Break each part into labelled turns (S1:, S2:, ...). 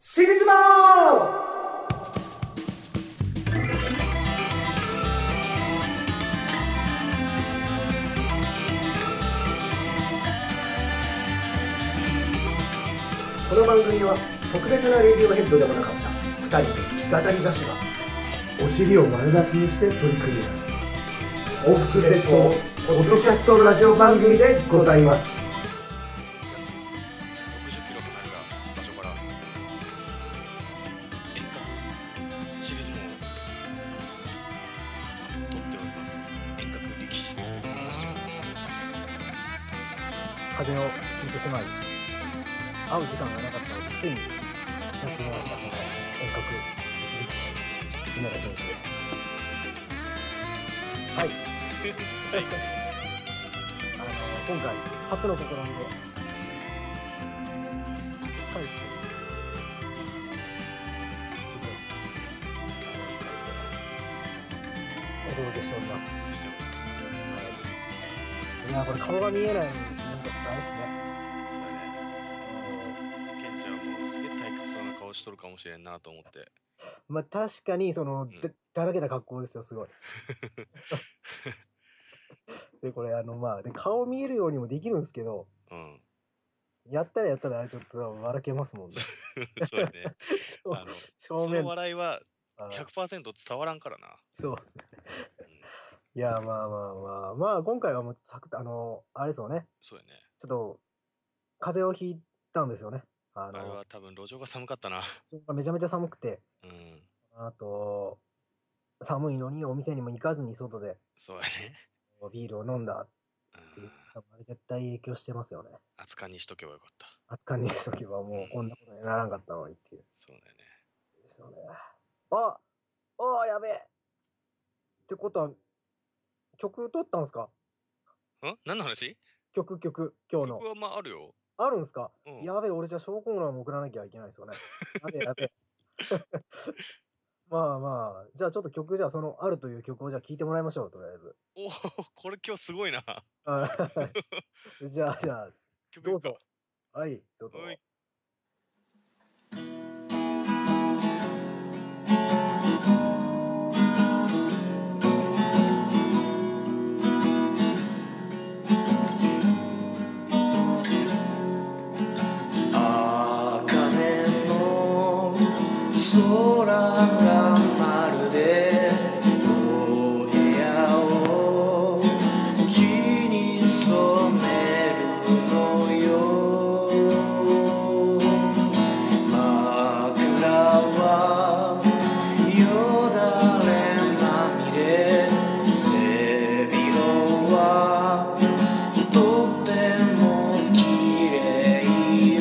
S1: シビズマこの番組は特別なレディオヘッドでもなかった二人の弾き語り歌手が
S2: お尻を丸出しにして取り組み合う報復絶法ポッドキャストラジオ番組でございます
S3: 60キロ離れた場所から円覚シリーズも取っております遠隔歴史の立場です
S4: 風邪をひいてしまい、会う時間がなかったので、ついにやってみました、この遠隔力士、木村純一です。はい。あの、今回、初の試みで、スカイプ、すごい、お届けしております。はいいや、これ顔が見えないのに、なんか深いですね。
S3: そうやねケンちゃんもすげえ退屈そうな顔しとるかもしれんなと思って
S4: まあ確かにその
S3: ん
S4: だだらけた格好ですよすご い。でこれあのまあで顔見えるようにもできるんですけど
S3: うん
S4: やったらやったらちょっと笑けます もんね。
S3: そうやね
S4: 正
S3: あの
S4: 正
S3: そ
S4: 面
S3: の笑いは
S4: あ
S3: 100%伝わらんからな
S4: そうですね。
S3: うん
S4: いやまあまあまあまあ今回はもうちょっとサクッとあのあれですよね
S3: そうやね
S4: ちょっと風邪をひいたんですよね。あ
S3: あれ
S4: の
S3: は多分路上が寒かったな
S4: めちゃめちゃ寒くて
S3: うん
S4: あと寒いのにお店にも行かずに外で
S3: そうやね
S4: ビールを飲んだって
S3: う
S4: いうんのが絶対影響してますよね。
S3: 熱燗にしとけばよかった
S4: 扱いにいるときはもうこんなことにならんかったのにっていう。
S3: そうだよね
S4: ですよね。あああやべえってことは、曲取ったんすか
S3: ん何の話
S4: 曲曲、今日の
S3: 僕。はまああるよ
S4: あるんすか、
S3: うん
S4: やべえ、俺じゃあ証拠欄も送らなきゃいけないですよね。やべえやべえ。まあまあ、じゃあちょっと曲、じゃあそのあるという曲をじゃあ聴いてもらいましょう、とりあえず。
S3: おお、これ今日すご いな。
S4: はいじゃあじゃあ、
S3: 曲い
S4: ど
S3: く
S4: う
S3: か
S4: ぞ。。はい、どうぞ。
S3: はい
S5: 茜の空がまるでお部屋を血に染めるのよ枕はよだれまみれ背広はとても綺麗よ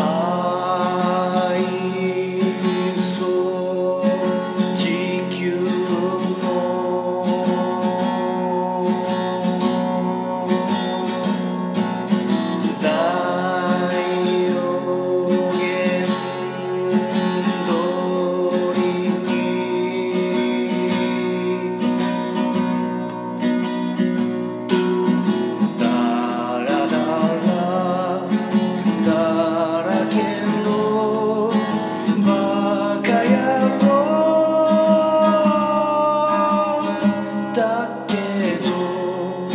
S5: 愛そう地球の大予言通りにだらだらだらけのバカ野郎だけど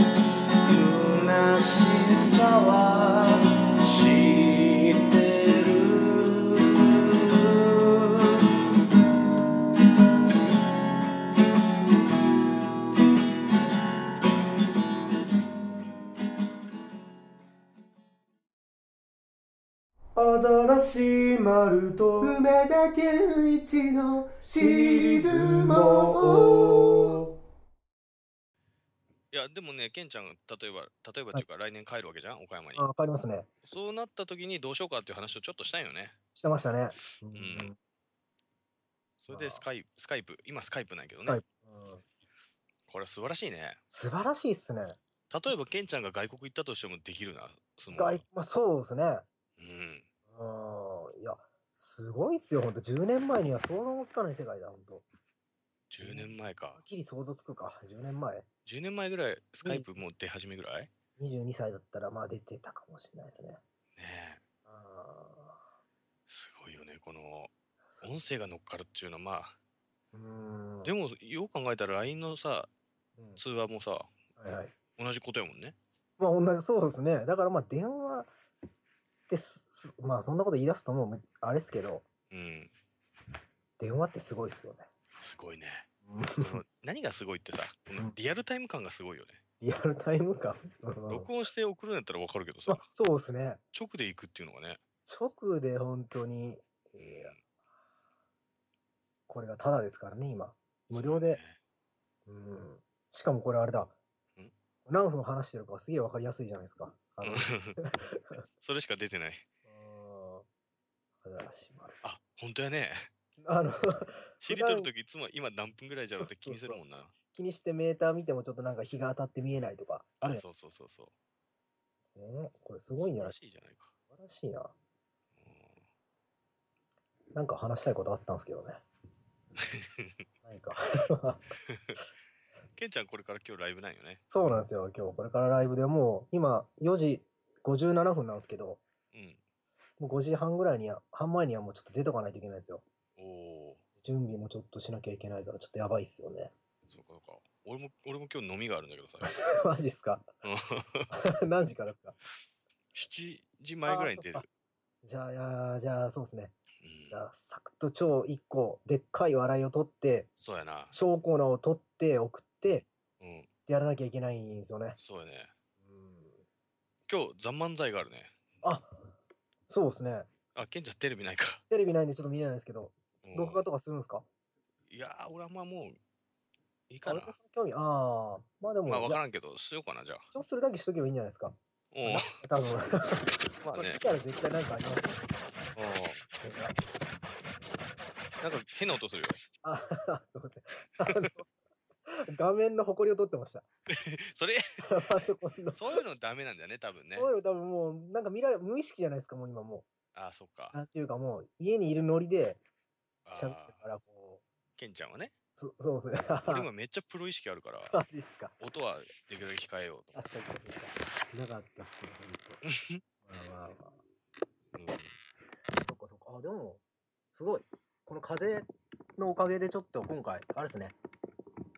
S5: 虚しさは知ってる
S2: アザラシマルと
S1: 梅田健一のシリーズも
S2: も
S3: いや、でもね、ケンちゃんが例えば、例えばというか、来年帰るわけじゃん、岡山に
S4: あ。わかりますね。
S3: そうなった時にどうしようかっていう話をちょっとしたいよね。
S4: してましたね。うんん。
S3: それでスカイスカイプ、今スカイプなんやけど
S4: スカイ
S3: ね
S4: プ。うん
S3: これ素晴らしいね。
S4: 素晴らしいっすね。
S3: 例えばケンちゃんが外国行ったとしてもできるな、相撲
S4: 外まあ、そうですね。
S3: うん。
S4: うん。いや、すごいっすよ、ほんと。10年前には想像もつかない世界だ、ほんと。は
S3: 10年前か
S4: っ。きり想像つくか。10年前。
S3: 10年前ぐらい、スカイプもう出始めぐらい
S4: 22歳だったら、まあ出てたかもしれないですね。
S3: ねえ
S4: あ
S3: すごいよね、この音声が乗っかるっていうのは、まあ、
S4: ーうーん。
S3: でも、よう考えたら LINE のさ、
S4: うん
S3: 通話もさ、
S4: はいはい。
S3: 同じことやもんね。
S4: まあ同じ、そうですね。だからまあ電話です、すまあそんなこと言い出すともうあれですけど、
S3: うん、
S4: 電話ってすごいですよね。
S3: すごいね。こ の何がすごいってさ、このリアルタイム感がすごいよね。
S4: リアルタイム感。うん
S3: 録音して送るんやったらわかるけど
S4: ま
S3: さ
S4: あ、、そうですね。
S3: 直で行くっていうのがね、
S4: 直で本当に、えーこれがタダですからね、今。無料で。うん、しかもこれあれだ
S3: ん。
S4: 何分話してるかすげえわかりやすいじゃないですか。あ
S3: そう
S4: の
S3: ね。うん それしか出てない。
S4: うんあだしまる
S3: あ、本当やね。
S4: あの、
S3: 知りとるとき、いつも今何分ぐらいじゃろうって気にするもんな。
S4: 気にしてメーター見てもちょっとなんか日が当たって見えないとか。
S3: あ
S4: ね、
S3: そうそうそうそう。
S4: うんこれすごいんじゃない
S3: 素晴らしいじゃないか。
S4: 素晴らしいな。
S3: うん
S4: なんか話したいことあったんですけど ね。ないか。
S3: ケンちゃんこれから今日ライブなんよね。
S4: そうなんですよ、今日これからライブでもう、今、4時57分なんですけど、
S3: うん。
S4: もう5時半ぐらいには、半前にはもうちょっと出とかないといけないですよ。
S3: おお。
S4: 準備もちょっとしなきゃいけないから、ちょっとやばいっすよね。
S3: そうかそうか。俺も、俺も今日飲みがあるんだけどさ。
S4: マジっすか
S3: うん
S4: 何時からですか
S3: 7時前ぐらいに出
S4: あ
S3: る。
S4: じゃあいやー、じゃあ、そうですね。
S3: うん
S4: じゃあ、サクッと超1個、でっかい笑いを取って、
S3: そうやな。
S4: 小コーナーを取って、送って、
S3: うん。
S4: やらなきゃいけないんですよね。
S3: そうやね。今日、ザ・漫才があるね。
S4: あそうですね。
S3: あ、ケンちゃんテレビないか。
S4: テレビないんでちょっと見れないですけど、
S3: うん
S4: 録画とかするんですか
S3: いやー、俺はまあもう、いい
S4: あ
S3: かな。
S4: 興味、ああ、まあでも、
S3: まあ分
S4: じゃ
S3: か
S4: あ
S3: らんけど、しようかな、じゃあ。
S4: 一応それだけしとけばいいんじゃないですか。
S3: うん。
S4: 多分。
S3: まあね
S4: 来。たら絶対なんかありますよ
S3: うん。
S4: それが
S3: なんか変な音するよ。
S4: あ、 すいません。あの、 画面の誇りを取ってました。
S3: そ れ、
S4: パソコンの。
S3: そういうのダメなんだよね、多分ね。
S4: こういうの多分もう、なんか見られ、無意識じゃないですか、もう今も
S3: あー、そっか
S4: う。。なんていうかもう、家にいるノリで
S3: あ
S4: 喋
S3: ー
S4: ってるから、こ
S3: ケンちゃんはね。
S4: う、そそうですね。
S3: 俺今めっちゃプロ意識あるから、
S4: マジっすか。
S3: 音はできるだけ控えよう
S4: あったあったあった。なかったっす ね、ほんとまあまあまあ。
S3: と。うん
S4: そっかそっか。あ、でも、すごい。この風のおかげでちょっと今回、あれですね。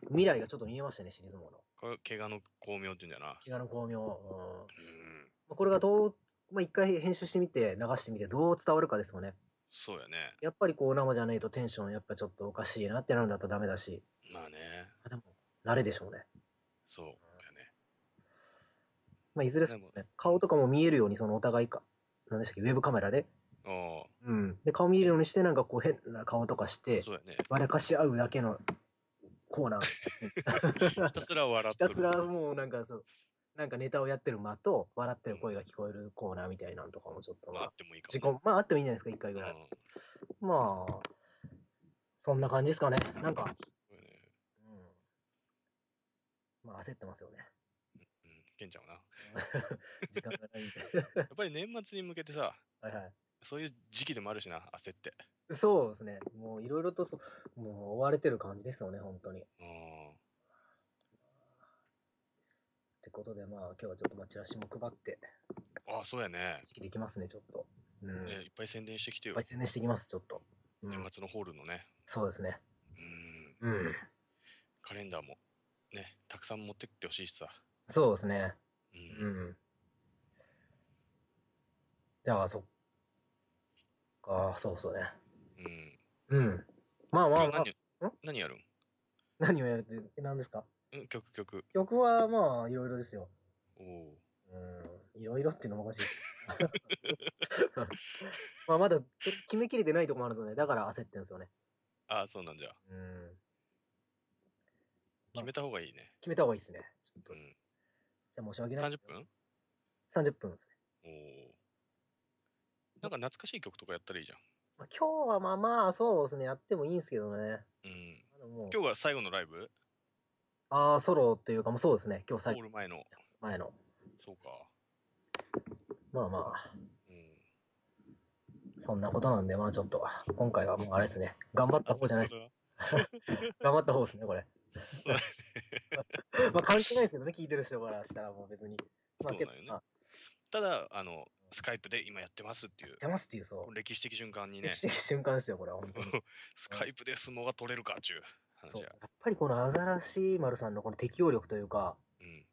S4: 未来がちょっと見えましたね、シリーズもの。
S3: これ、怪我の巧妙っていうんだな。
S4: 怪我の巧妙。うん
S3: うん。
S4: まあこれがどう、まあ、一回編集してみて、流してみて、どう伝わるかですよね。
S3: そうやね。
S4: やっぱりこう、生じゃないとテンション、やっぱちょっとおかしいなってなるんだとダメだし、
S3: まあね。
S4: あでも、慣れでしょうね。
S3: そうやね。
S4: まあ、いずれそうですね、顔とかも見えるように、そのお互いか、なんでしたっけ、ウェブカメラで。
S3: ああ、
S4: うん。で、顔見えるようにして、なんかこう、変な顔とかして、
S3: そうや ね。
S4: わらかし合うだけのコーナー。
S3: ひたすら笑っ
S4: ひ
S3: と
S4: た
S3: る。
S4: すらもうなんかそう、なんかネタをやってる間と、笑ってる声が聞こえるコーナーみたいなんとかもちょっと、
S3: ま
S4: ま
S3: あ、あ
S4: あ
S3: っ、てもいいか
S4: 自己
S3: も、、
S4: まああってもいいんじゃないですか、一回
S3: う
S4: ぐ
S3: ん
S4: らい。まあ、そんな感じですかね。なんか、
S3: そうやね。
S4: うん、まあ焦ってますよね。
S3: うん。ケンちゃんはな。や
S4: 時間がない んで。
S3: っぱり年末に向けてさ、
S4: はいはい。
S3: そういう時期でもあるしな、焦って。
S4: そうですね。もういろいろとそ、もう追われてる感じですよね、本当に。っ
S3: うん。
S4: てことで、まあ今日はちょっとまあチラシも配って、
S3: ああ、そうやね。
S4: 意識できますね、ちょっと。うん。
S3: ね
S4: いっ
S3: いっぱい宣伝してきてよ
S4: ぱい。宣伝していきます、ちょっと。うん
S3: 年末のホールのね。
S4: そうですね。
S3: うん。
S4: うん。
S3: カレンダーも、ね、たくさん持ってってほしいしさ。
S4: そうですね。
S3: う。
S4: うんん。じゃあ、そっか、そうそうね。
S3: うん。
S4: うん。まあまあ、まあ
S3: 今、何何やるん
S4: 何をやるって、え何ですか
S3: うん、曲、曲。
S4: 曲はまあ、いろいろですよ。
S3: おお
S4: うん、いろいろっていうのもお かしい。まあ、まだ決めきれてないとこもあるので、だから焦ってんですよね。
S3: ああ、そうなんじゃ。
S4: うん。
S3: 決めた方がいいね。
S4: 決めた方がいいですね。ちょっと
S3: う
S4: じ
S3: ん。
S4: ゃあ申し訳ない。
S3: 30分
S4: ?30 分ですね。
S3: おお。なんか懐かしい曲とかやったらいいじゃん。
S4: まあ、今日はまあまあ、そうですね。やってもいいんですけどね。
S3: うん。
S4: あのもう
S3: 今日が最後のライブ
S4: ああ、ソロっていうか、もうそうですね。今日
S3: ホ
S4: 最
S3: ール前の。
S4: 前の。
S3: そうか。
S4: まあまあ、
S3: うん。
S4: そんなことなんで、まあちょっと、今回はもうあれですね。頑張った方じゃない です。
S3: あ
S4: 頑張った方ですね、これ。
S3: そうだ
S4: まあ関係ないですけどね、聞いてる人からしたらもう別に。
S3: そうなんよね
S4: まあ。
S3: ただ、あの、スカイプで今やってますっていう
S4: 出、ますっていう、そう。
S3: 歴史的瞬間にね
S4: 歴、史的瞬間ですよ、これは、本当 に。
S3: スカイプで相撲が取れるかっちゅう
S4: そ
S3: 話
S4: う。や
S3: や。
S4: っぱりこのアザラシ丸さんのこの適応力というか、
S3: うん。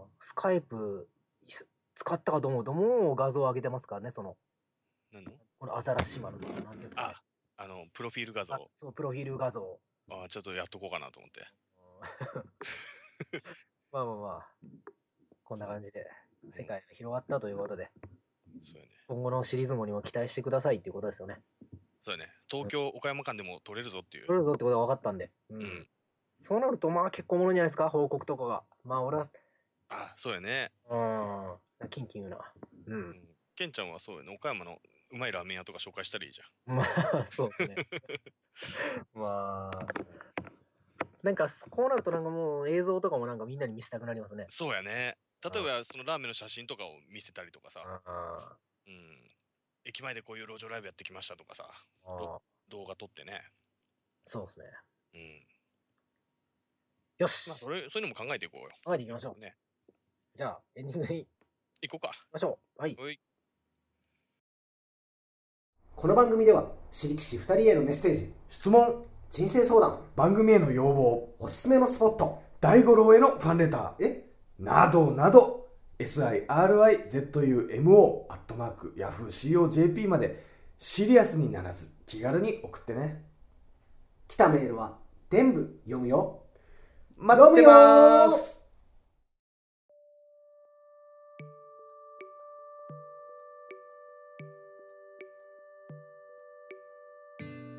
S4: うん、スカイプいす使ったかと思うと、もう画像を上げてますからね、その、
S3: 何の
S4: このアザラシ丸の、なんていうんですか、ね
S3: あ、あの、プロフィール画像。
S4: あそう、プロフィール画像。
S3: あちょっとやっとこうかなと思って。
S4: うん まあまあまあ、こんな感じで、世界が広がったということで、
S3: そうやね。
S4: 今後のシリーズもにも期待してくださいっていうことですよね。
S3: そうやね。東京、岡山間でも取れるぞっていう
S4: 取。れるぞってことは分かったんで、う
S3: うんん。
S4: そうなると、まあ結構おもろいんじゃないですか、報告とかが。まあ俺は、
S3: あ、そうやね。
S4: うん、キンキン言うな。う。
S3: うんん。ケンちゃんはそうやね。岡山のうまいラーメン屋とか紹介したらいいじゃん。
S4: まあ、 そうですね。 まあ、なんかこうなるとなんかもう映像とかもなんかみんなに見せたくなりますね。
S3: そうやね。例えば、そのラーメンの写真とかを見せたりとかさ、
S4: あ
S3: うん。駅前でこういう路上ライブやってきましたとかさ、
S4: あ、
S3: 動画撮ってね。
S4: そうですね。
S3: うん。
S4: よし
S3: まあ、それ、そういうのも考えていこうよ。
S4: 考えていきましょう。
S3: ね
S4: じゃあ、エンディングに行き
S3: 行こうか。
S4: ましょう。はい。
S3: おい。
S1: この番組では私力士2人へのメッセージ
S2: 質問、
S1: 人生相談
S2: 番組への要望、
S1: おすすめのスポット
S2: 大五郎へのファンレター、
S1: え
S2: などなど、sirizumo.yahooCOJP まで、シリアスにならず、気軽に送ってね。
S1: 来たメールは全部読むよ
S2: 待っ
S1: 読む
S2: てま
S1: よー
S2: ーす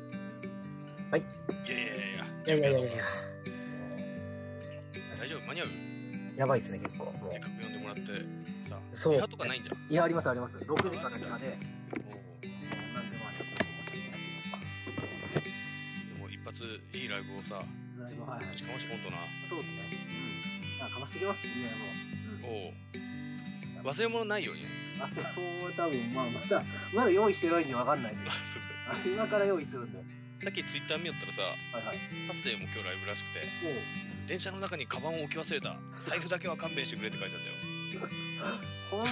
S4: いやいや
S3: いやいやいや
S4: いやいや、
S3: 大丈夫間に合う
S4: やばいですね、結構。も
S3: せっかく呼んでもらってさ。
S4: そう
S3: リハとかないんじゃん。
S4: ういや、ありますあります。6時からリハで、
S3: おー
S4: なんでまあちょっと申し訳ない
S3: でも一発いいライブをさ、
S4: けどだいぶはいはい
S3: しかもしコントな。
S4: そうですね。うん。じゃあ、かましてきます。いや、もう。
S3: おお。忘れ物ないように。
S4: うん、あそこは多分、まあ、まだ、まだ用意してないんでわかんないです
S3: あ、
S4: あ
S3: そっか。
S4: 今から用意するんで。
S3: さっきツイッター見よったらさ、
S4: はいはい。
S3: ハッセイも今日ライブらしくて、
S4: もう、
S3: 電車の中にカバンを置き忘れた。財布だけは勘弁してくれって書いてあったよ。
S4: ほん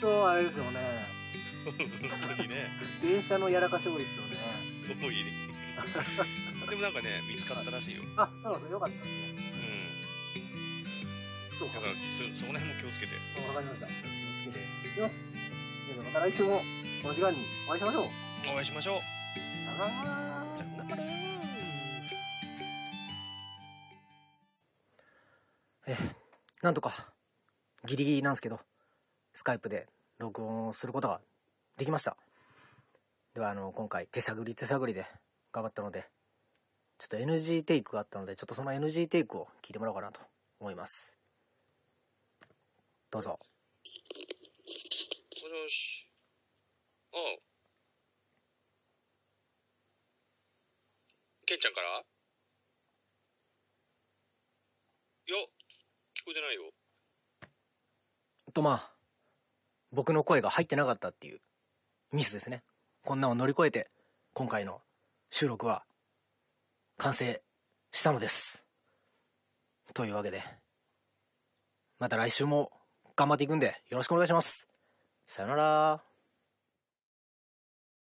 S4: と、あれですよね。
S3: 本当にね、
S4: 電車のやらかし多いですよね。
S3: 多 いね。でもなんかね、見つかったらしいよ。
S4: あ、なるほど、よかったですね。
S3: うん。
S4: そう
S3: だ
S4: か
S3: か。ら、そそこら辺も気をつけて。
S4: わかりました。気をつけていきます。皆さんまた来週もこの時間にお会いしましょう。
S3: お会いしましょう。
S4: さよなら
S3: さよなら
S6: なんとか、ギリギリなんですけど、スカイプで録音をすることができました。では、あの、今回、手探り手探りで頑張ったので、ちょっと NG テイクがあったので、ちょっとその NG テイクを聞いてもらおうかなと思います。どうぞ。
S3: もしもし。ああ。ケンちゃんからいや、聞こえてないよ。
S6: と、まあ、僕の声が入ってなかったっていうミスですね。こんなのを乗り越えて、今回の収録は完成したのです。というわけで、また来週も頑張っていくんでよろしくお願いします。さよなら。